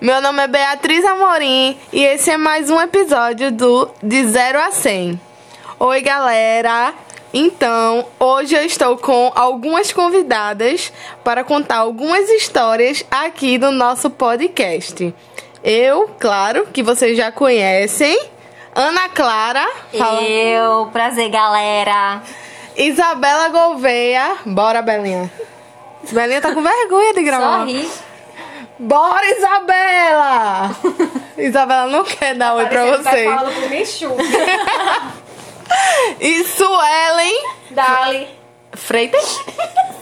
Meu nome é Beatriz Amorim e esse é mais um episódio do De 0 a 100. Oi, galera! Então, hoje eu estou com algumas convidadas para contar algumas histórias aqui do nosso podcast. Eu, claro, que vocês já conhecem. Ana Clara, fala. Eu, prazer, galera. Isabela Gouveia. Bora, Belinha. Belinha tá com vergonha de gravar. Sorri. Bora, Isabela! Isabela não quer dar oi pra vocês. Fala pro Michu. E Suelen Dali. Freitas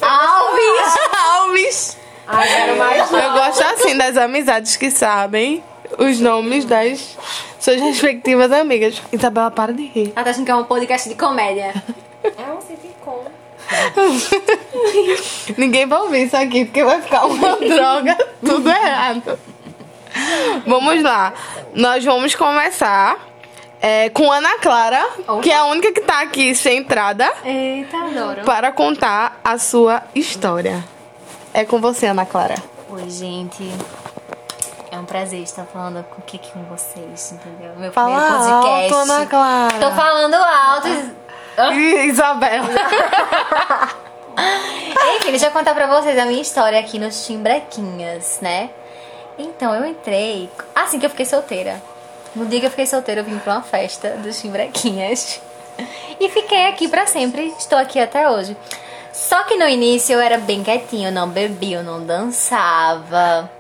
Alves. Alves. Ai, quero mais um. Eu gosto assim das amizades que sabem os nomes das suas respectivas amigas. Isabela, para de rir. Ela tá achando que é um podcast de comédia. É um sitcom. Ninguém vai ouvir isso aqui porque vai ficar uma droga, tudo errado. Vamos lá. Nós vamos começar é, com Ana Clara, que é a única que tá aqui sem entrada. Eita, adoro. para contar a sua história. É com você, Ana Clara. Oi, gente. É um prazer estar falando com- aqui com vocês, entendeu? Meu Fala primeiro alto, podcast. Ana Clara. Tô falando alto. Ah. Ih, Isabela. Enfim, deixa eu contar pra vocês a minha história aqui nos Timbrequinhas, né? Então, eu entrei... Assim que eu fiquei solteira. No dia que eu fiquei solteira, eu vim pra uma festa dos Timbrequinhas. E fiquei aqui pra sempre. Estou aqui até hoje. Só que no início eu era bem quietinha. Eu não bebia, eu não dançava.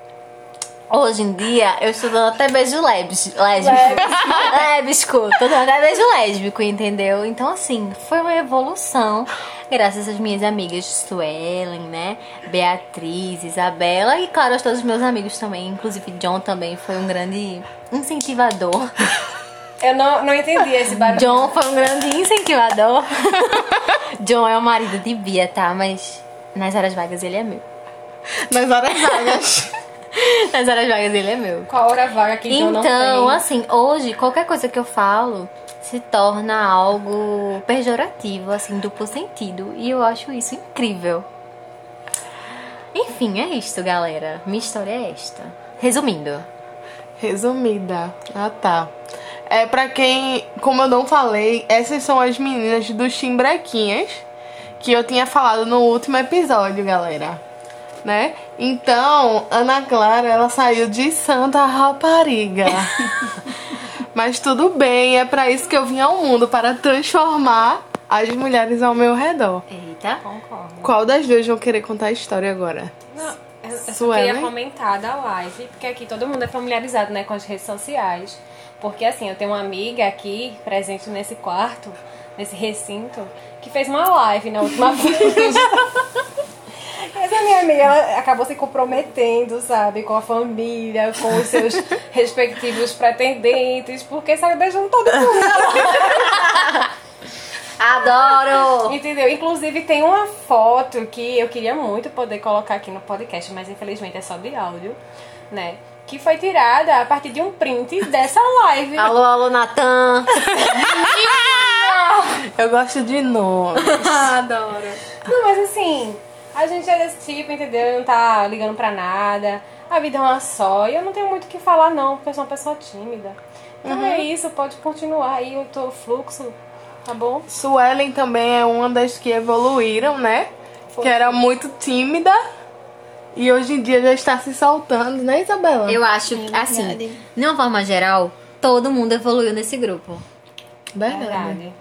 Hoje em dia, eu estou dando até beijo lésbico. Lésbico. Tô dando até beijo lésbico, entendeu? Então, assim, foi uma evolução. Graças às minhas amigas Suelen, né? Beatriz, Isabela e, claro, aos todos os meus amigos também. Inclusive, John também foi um grande incentivador. Eu não, não entendi esse barulho. John foi um grande incentivador. John é o marido de Bia, tá? Mas nas horas vagas ele é meu. Nas horas vagas. Nas horas vagas ele é meu. Qual hora vaga que John não Então, tem? assim, hoje qualquer coisa que eu falo se torna algo pejorativo, assim, duplo sentido. E eu acho isso incrível. Enfim, é isto, galera. Minha história é esta. Resumindo. Resumida. Ah, tá. É, pra quem, como eu não falei, essas são as meninas dos Timbrequinhas que eu tinha falado no último episódio, galera. Né? Então, Ana Clara, ela saiu de Santa Rapariga. Mas tudo bem, é pra isso que eu vim ao mundo para transformar as mulheres ao meu redor. Eita, concordo. Qual das duas vão querer contar a história agora? Não, eu, eu só Suelen? queria comentar da live, porque aqui todo mundo é familiarizado né, com as redes sociais. Porque assim, eu tenho uma amiga aqui, presente nesse quarto, nesse recinto, que fez uma live na última vez. Essa minha amiga, ela acabou se comprometendo, sabe, com a família, com os seus respectivos pretendentes, porque saiu beijando todo mundo. Adoro! Entendeu? Inclusive tem uma foto que eu queria muito poder colocar aqui no podcast, mas infelizmente é só de áudio, né? Que foi tirada a partir de um print dessa live. Alô, alô, Natan! Eu gosto de nome. Adoro! Não, mas assim, a gente é desse tipo, entendeu? Não tá ligando pra nada. A vida é uma só. E eu não tenho muito o que falar, não, porque eu sou uma pessoa tímida. Então é isso, pode continuar aí o teu fluxo, tá bom? Suelen também é uma das que evoluíram, né? Que era muito tímida e hoje em dia já está se soltando, né, Isabela? Eu acho, que, assim, de uma forma geral, todo mundo evoluiu nesse grupo. Verdade.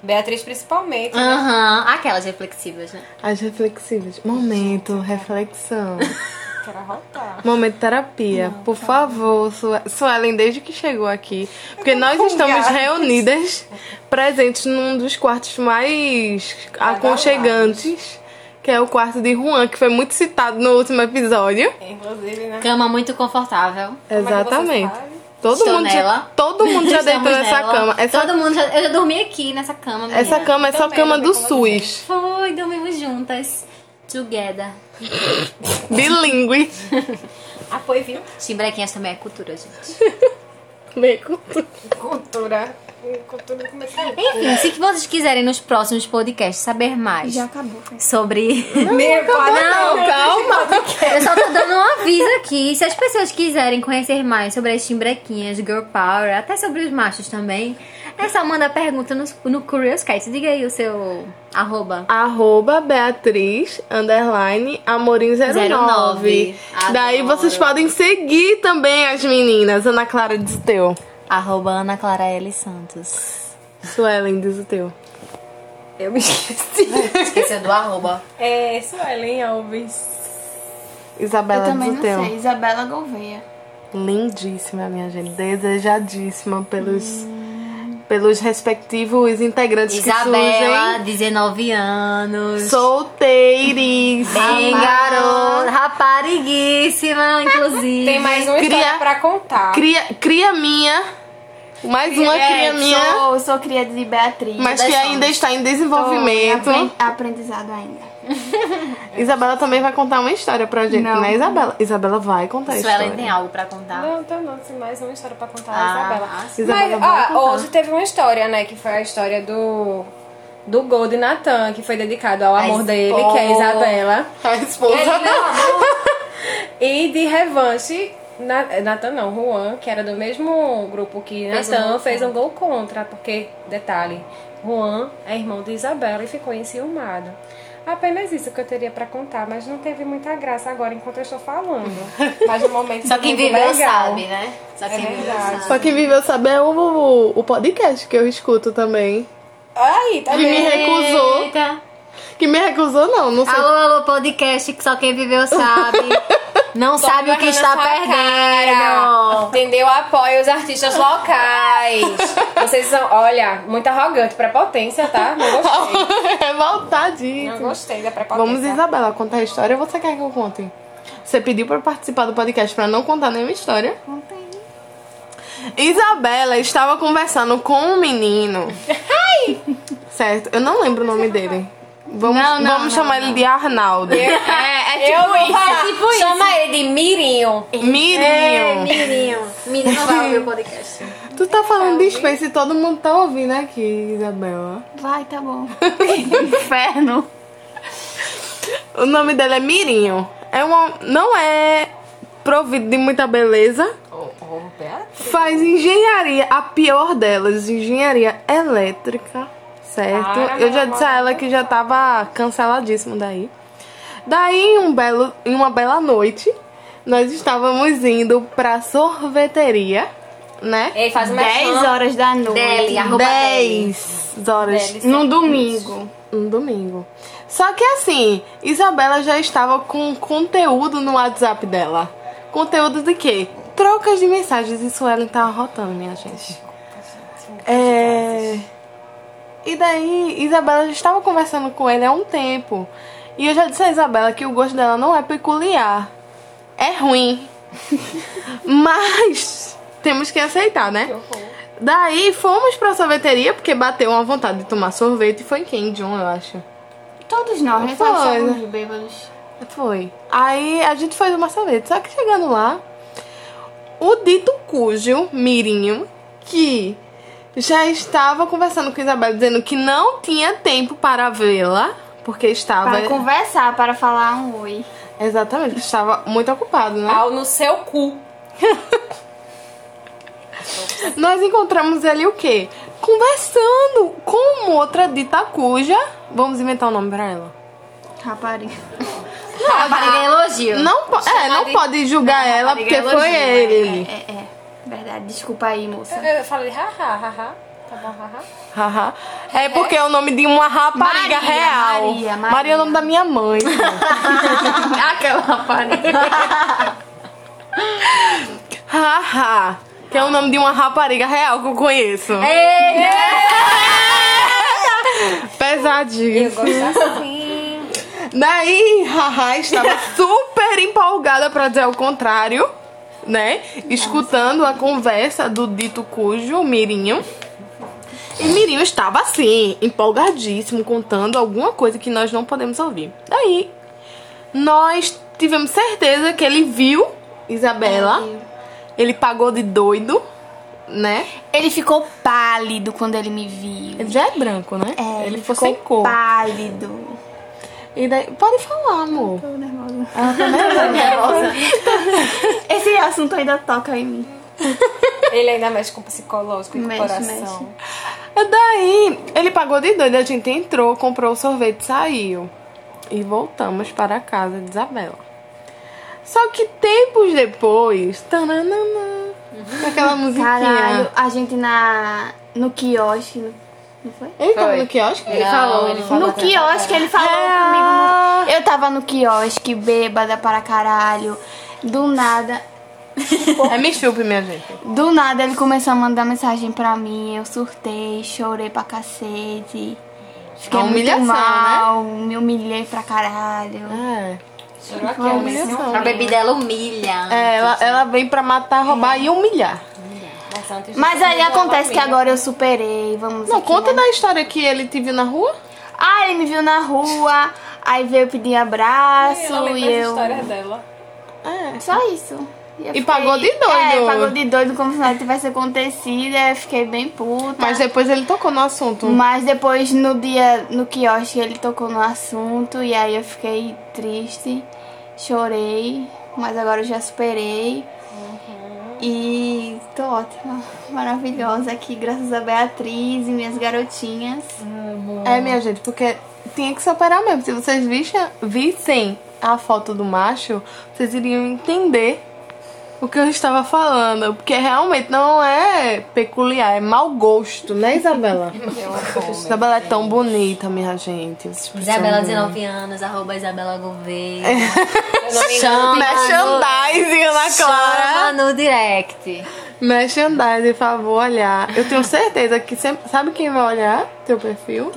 Beatriz principalmente. né? Aham, aquelas reflexivas, né? As reflexivas. Momento, reflexão. Quero arrotar. Momento terapia. Por favor, Sue- Suelen, desde que chegou aqui. Porque nós estamos folgada. reunidas, presentes num dos quartos mais aconchegantes, que é o quarto de Juan, que foi muito citado no último episódio. Inclusive, né? Cama muito confortável. Como é que você Exatamente. sabe? Todo Estou mundo, nela. Já, todo mundo já deitou Estamos nessa nela. cama. Essa, Todo mundo já... Eu já dormi aqui nessa cama. menina. essa cama é só também, cama também do como SUS. Foi, dormimos juntas. Together. Bilingue. Apoio, viu? Timbrequinhas também é cultura, gente. Meio com tudo. Cultura. Cultura como é que é? Enfim, se que vocês quiserem nos próximos podcasts saber mais Já acabou. foi. sobre... Meu pai, Não, calma. Eu só tô dando uma fiz aqui. Se as pessoas quiserem conhecer mais sobre as timbrequinhas, girl power, até sobre os machos também, é só mandar pergunta no, no Curious Cat. Diga aí o seu arroba. Arroba Beatriz, underline, Amorim09. 09. Daí Adoro. vocês podem seguir também as meninas. Ana Clara diz o teu. Arroba Ana Clara L. Santos. Suelen diz o teu. Eu me esqueci. Esqueceu do arroba. É Suelen Alves. Isabela Eu também diz não o teu. sei. Isabela Gouveia. Lindíssima, minha gente. Desejadíssima pelos, pelos respectivos integrantes Isabela, que 19 anos. surgem. Solteiríssima. Bem garota, rapariguíssima, inclusive. Tem mais uma Cria- história pra contar. Cria, cria minha. Mais uma É, cria minha. Sou, sou cria de Beatriz. Mas das que ainda é sombras. está em Tô em desenvolvimento. apren- Aprendizado ainda. Isabela também vai contar uma história pra gente, Não. né, Isabela? Isabela vai contar a história. Suelen tem algo pra contar? Não, então não, tem mais uma história pra contar Ah, a Isabela. ah, sim. Isabela, Mas, vai ó, contar. hoje teve uma história, né, que foi a história do do gol de Natan, que foi dedicado ao A amor esposa. dele, que é a Isabela. A esposa. E de revanche, Na- Natan não, Juan, que era do mesmo grupo que Fez um Natan, gol fez um gol contra, porque, detalhe, Juan é irmão de Isabela e ficou enciumado. Apenas isso que eu teria pra contar, mas não teve muita graça agora enquanto eu estou falando. Mas no momento Só foi quem muito viveu legal. É sabe, né? Só quem viveu verdade. Só sabe. quem viveu saber é o, o, o podcast que eu escuto também. Aí, tá Que me vendo? recusou. Eita. Que me recusou, não, não sei. Alô, alô, podcast que só quem viveu sabe. Não Tô sabe o que jogando está na sua cara. perdendo. Entendeu? Apoia os artistas locais. Vocês são, olha, muito arrogante, prepotência, tá? Não gostei. Não Revoltadíssimo. gostei da prepotência. É Vamos, Isabela, contar a história ou você quer que eu conte? Você pediu pra eu participar do podcast pra não contar nenhuma história. Contei. Isabela estava conversando com um menino. Certo, eu não lembro o nome dele. Vamos, Não, não, vamos não, chamar ele de Arnaldo. É, é Eu tipo vou isso. falar. É tipo isso. Chama ele de Mirinho. Mirinho. É, Mirinho. Mirinho não vai ouvir o podcast. Tu tá falando de Space e todo mundo tá ouvindo aqui, Isabela. Vai, tá bom. Inferno. O nome dela é Mirinho. É uma, não é provido de muita beleza. Faz engenharia, a pior delas, engenharia elétrica, certo? Para, Eu já meu disse a amor. ela que já tava canceladíssimo daí. Daí, em um belo, em uma bela noite, nós estávamos indo pra sorveteria, né? Ele faz uma 10 horas da noite. Deli, arroba Deli. 10 horas Num domingo. um domingo. Só que assim, Isabela já estava com conteúdo no WhatsApp dela. Conteúdo de quê? Trocas de mensagens. Isso ela tá arrotando, minha gente. É. E daí, Isabela já estava conversando com ele há um tempo. E eu já disse a Isabela que o gosto dela não é peculiar. É ruim. Mas temos que aceitar, né? Daí fomos pra sorveteria, porque bateu uma vontade de tomar sorvete e foi em Ken John, eu acho. Todos nós, né? Foi. Sabe, só com os bêbados. Foi. Aí a gente foi tomar sorvete. Só que chegando lá, o dito cujo, Mirinho, que já estava conversando com Isabela, dizendo que não tinha tempo para vê-la, porque estava. Para conversar, para falar um oi. Exatamente, que estava muito ocupado, né? Pau no seu cu. Nós encontramos ele o quê? Conversando com outra dita cuja. Vamos inventar um nome pra ela. Rapariga. Rapariga é elogio. Não, po- é, não de- pode julgar ela porque foi ele. É, é. Verdade. Desculpa aí, moça. Eu falei, haha, haha. Tá bom, haha. Haha. É porque é o nome de uma rapariga Maria, real. Maria, Maria. é o nome da minha mãe. Aquela rapariga. Haha. Que é o nome de uma rapariga real que eu conheço. Eu Pesadíssimo. gosto assim. Daí, haha, estava super empolgada pra dizer o contrário, né? Escutando a conversa do dito cujo, o Mirinho. E Mirinho estava assim, empolgadíssimo, contando alguma coisa que nós não podemos ouvir. Daí, nós tivemos certeza que ele viu Isabela. Ele pagou de doido, né? Ele ficou pálido quando ele me viu. Ele já é branco, né? É, ele ficou ficou sem cor. pálido. E daí, pode falar, amor. Tô nervosa. Ela tá nervosa. Nervosa. Esse assunto ainda toca em mim. Ele ainda mexe com o psicológico e com o Mexe, coração. Daí, ele pagou de doido, a gente entrou, comprou o sorvete, saiu. E voltamos para a casa de Isabela. Só que tempos depois, taranana, com aquela musiquinha. Caralho, a gente na. no quiosque. no- Não foi? Ele tá tava Foi. no quiosque? Não, ele falou No com- quiosque, ele falou Ah. comigo. no- Eu tava no quiosque, bêbada para caralho. Do nada, É me chupe, minha gente. do nada ele começou a mandar mensagem pra mim. Eu surtei, chorei pra cacete. Fiquei A É humilhação, né? muito mal, me humilhei pra caralho. É. Chorou aqui, Uma mas não. humilhação. A bebida ela humilha. É, ela, ela vem pra matar, roubar e humilhar. Mas, antes Mas disso, aí ele acontece que tava agora eu superei, vamos Não, aqui, conta né? da história que ele te viu na rua. Ah, ele me viu na rua, aí veio pedir meio- abraço Ela e lembra as eu... histórias dela. É. Só isso. eu E pagou de doido. É, pagou de doido como se nada tivesse acontecido. aí Eu fiquei bem puta. Mas é depois ele tocou no assunto. Mas depois, no dia, no quiosque, ele tocou no assunto. E aí eu fiquei triste. Chorei. Mas agora eu já superei. Uhum. E tô ótima. Maravilhosa aqui, graças a Beatriz e minhas garotinhas. É, minha gente, porque tinha que superar mesmo. Se vocês vissem, vissem a foto do macho, vocês iriam entender o que eu estava falando. Porque realmente não é peculiar, é mau gosto, né, Isabela? Isabela é tão bonita, minha gente. Vocês precisam Isabela, ver. 19 anos, arroba Isabela Gouveia. Chama- Merchandising, Ana Clara. Chama no direct. Merchandising, por favor, olhar. Eu tenho certeza que sempre... Sabe quem vai olhar teu perfil?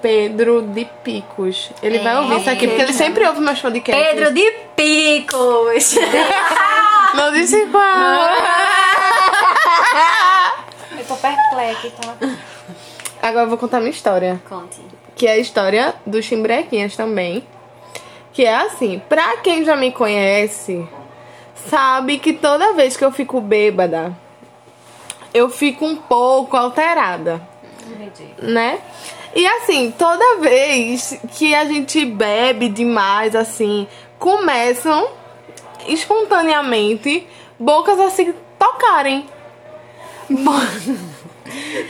Pedro de Picos. Ele vai ouvir isso aqui, porque ele sempre ouve meus podcasts. Pedro de Picos. Não disse qual. Eu tô perplexa, tá? Agora eu vou contar minha história. Conte. Que é a história dos chimbrequinhas também. Que é assim, pra quem já me conhece, sabe que toda vez que eu fico bêbada, eu fico um pouco alterada, Entendi. né? E assim, toda vez que a gente bebe demais, assim, começam espontaneamente bocas a se tocarem. Bo-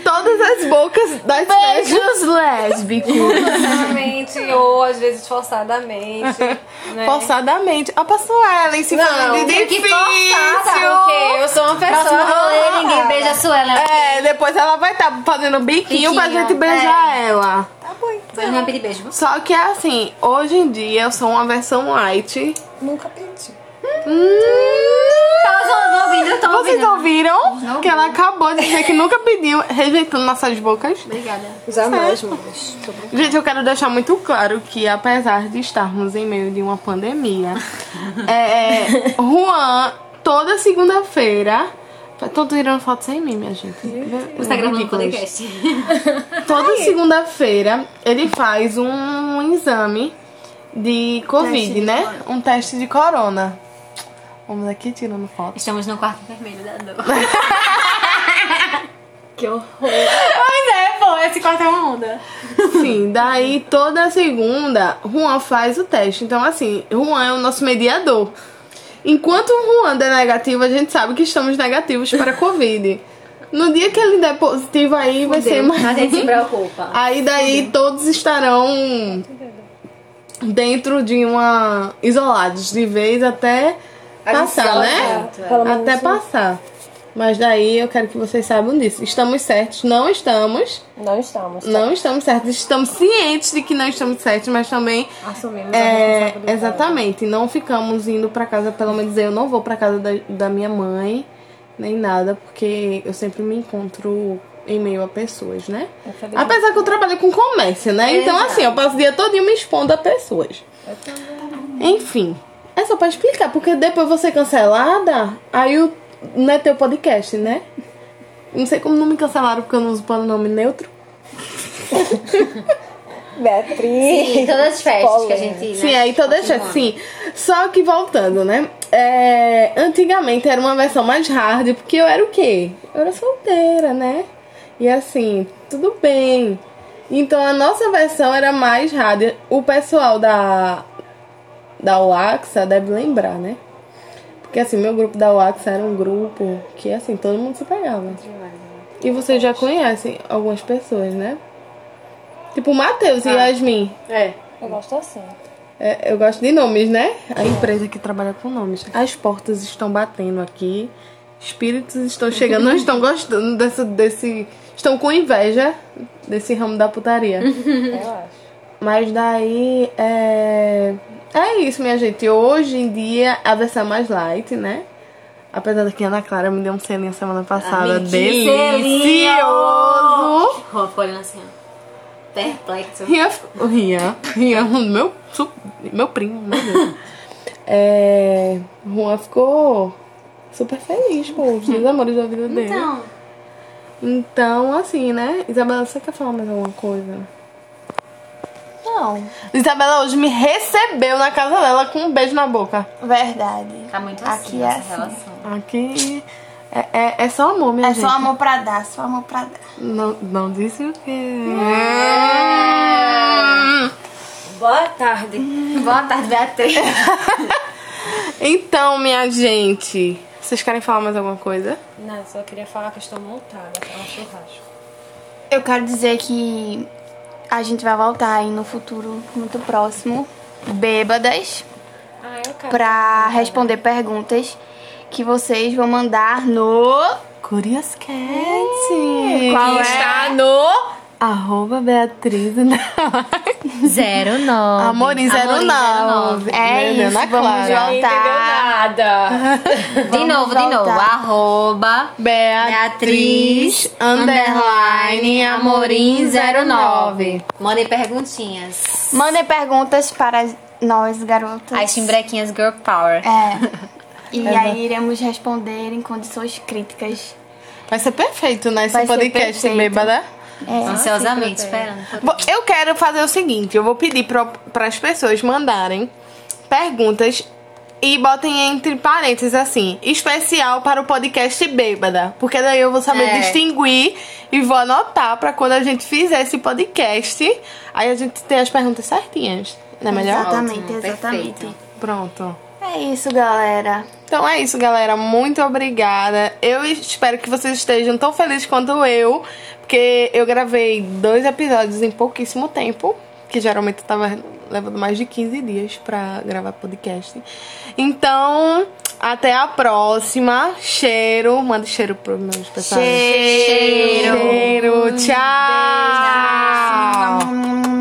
Todas as bocas das beijos lésbicos. Forçadamente, ou às vezes forçadamente. né? Forçadamente. Ah, A pastora Ellen se Não, falando de que difícil. forçada, Porque eu sou uma Próximo pessoa. rolê, ninguém beija a Suela. É, depois ela vai estar fazendo biquinho, pra Biquinho, gente beijar é. ela. Mas não vai pedir beijo. Só que assim, hoje em dia eu sou uma versão light. Hum, Nunca pedi. Tava zoando, ouvindo, eu tô Vocês ouvindo. ouviram? que ela acabou de dizer que nunca pediu, rejeitando nossas bocas. Obrigada. Jamais, mas. Tô brincando. Gente, eu quero deixar muito claro que, apesar de estarmos em meio de uma pandemia, é, é, Juan, toda segunda-feira. Estão tirando foto sem mim, minha gente. Você tá gravando um Ridículos. podcast. Toda segunda-feira ele faz um exame de Covid, de né? Um teste de corona. Vamos aqui tirando foto. Estamos no quarto vermelho da dor. Que horror. Pois é, pô, esse quarto é uma onda. Sim, daí toda segunda, Juan faz o teste. Então, assim, Juan é o nosso mediador. Enquanto o Juan der negativo, a gente sabe que estamos negativos para Covid. No dia que ele der positivo, aí vai ser mais. A gente se preocupa. Aí daí todos estarão dentro de uma. isolados de vez até passar, né? é. Até passar. Mas daí eu quero que vocês saibam disso. Estamos certos, não estamos. Não estamos. Não estamos certos. Estamos cientes de que não estamos certos, mas também. Assumimos a É, responsabilidade. exatamente. Não ficamos indo pra casa, pelo menos eu não vou pra casa da, da minha mãe, nem nada, porque eu sempre me encontro em meio a pessoas, né? Infelizmente. Apesar que eu trabalho com comércio, né? Então, assim, eu passo o dia todo me expondo a pessoas. Enfim, é só pra explicar, porque depois você é cancelada, aí o, não é teu podcast, né? Não sei como não me cancelaram porque eu não uso pronome neutro. Beatriz. Sim, todas as festas que a gente. né? Sim, aí toda essa, sim. Só que voltando, né? É, antigamente era uma versão mais hard, porque eu era o quê? Eu era solteira, né? E assim, tudo bem. Então a nossa versão era mais hard. O pessoal da da Waxa deve lembrar, né? Porque Porque assim, meu grupo da Wax era um grupo que assim, todo mundo se pegava. E vocês já conhecem algumas pessoas, né? Tipo o Matheus e Yasmin. É. Eu gosto assim. É, eu gosto de nomes, né? A empresa que trabalha com nomes. As portas estão batendo aqui. Espíritos estão chegando, não estão gostando dessa, desse. Estão com inveja desse ramo da putaria. Eu acho. Mas daí é. É isso, minha gente. Hoje em dia a versão é mais light, né? Apesar de que a Ana Clara me deu um selinho semana passada. Amigo, que Delicioso! Ó, ficou olhando assim, ó. Perplexo. Rian, Rian, Rian, meu, su- meu primo, meu Deus. É, Juan ficou super feliz com os dois amores da vida dele. Então, Então, assim, né? Isabela, você quer falar mais alguma coisa? Não, Isabela hoje me recebeu na casa dela com um beijo na boca. verdade. tá muito assim Aqui é essa assim. relação. Aqui é, é, é só amor, minha É gente. só amor pra dar, só amor pra dar. Não, não disse o quê? Hum. Boa tarde. Boa tarde, Beatriz. Então, minha gente, vocês querem falar mais alguma coisa? Não, só queria falar que eu estou montada pra um churrasco. Eu quero dizer que a gente vai voltar aí no futuro muito próximo, bêbadas, Ah, eu quero. pra responder perguntas que vocês vão mandar no. Curious Cat. Qual é? Está no... Arroba Beatriz na... Zero nove. Amorim 09. É Meu Deus, isso, Ana vamos Clara. junto. Não entendeu Tá. nada. De novo, de novo. voltar. Arroba. Beatriz, Beatriz, underline, Amorim 09. Mandem perguntinhas. Mandem perguntas para nós, garotas. As chimbrequinhas Girl Power. É. E aí iremos responder em condições críticas. Vai ser perfeito, né? Esse Vai ser podcast perfeito. bêbada. Ansiosamente, esperando. Bom, Eu quero fazer o seguinte, eu vou pedir para as pessoas mandarem perguntas e botem entre parênteses assim, especial para o podcast Bêbada, porque daí eu vou saber É. distinguir e vou anotar para quando a gente fizer esse podcast, aí a gente ter as perguntas certinhas, não é melhor? Exatamente, Ótimo, exatamente. perfeito. Pronto. É isso, galera. Então é isso, galera. Muito obrigada. Eu espero que vocês estejam tão felizes quanto eu, porque eu gravei dois episódios em pouquíssimo tempo, que geralmente eu tava levando mais de 15 dias pra gravar podcast. Então, até a próxima. Cheiro. Manda cheiro pro meus pessoal. Cheiro. Cheiro. Tchau. Hum.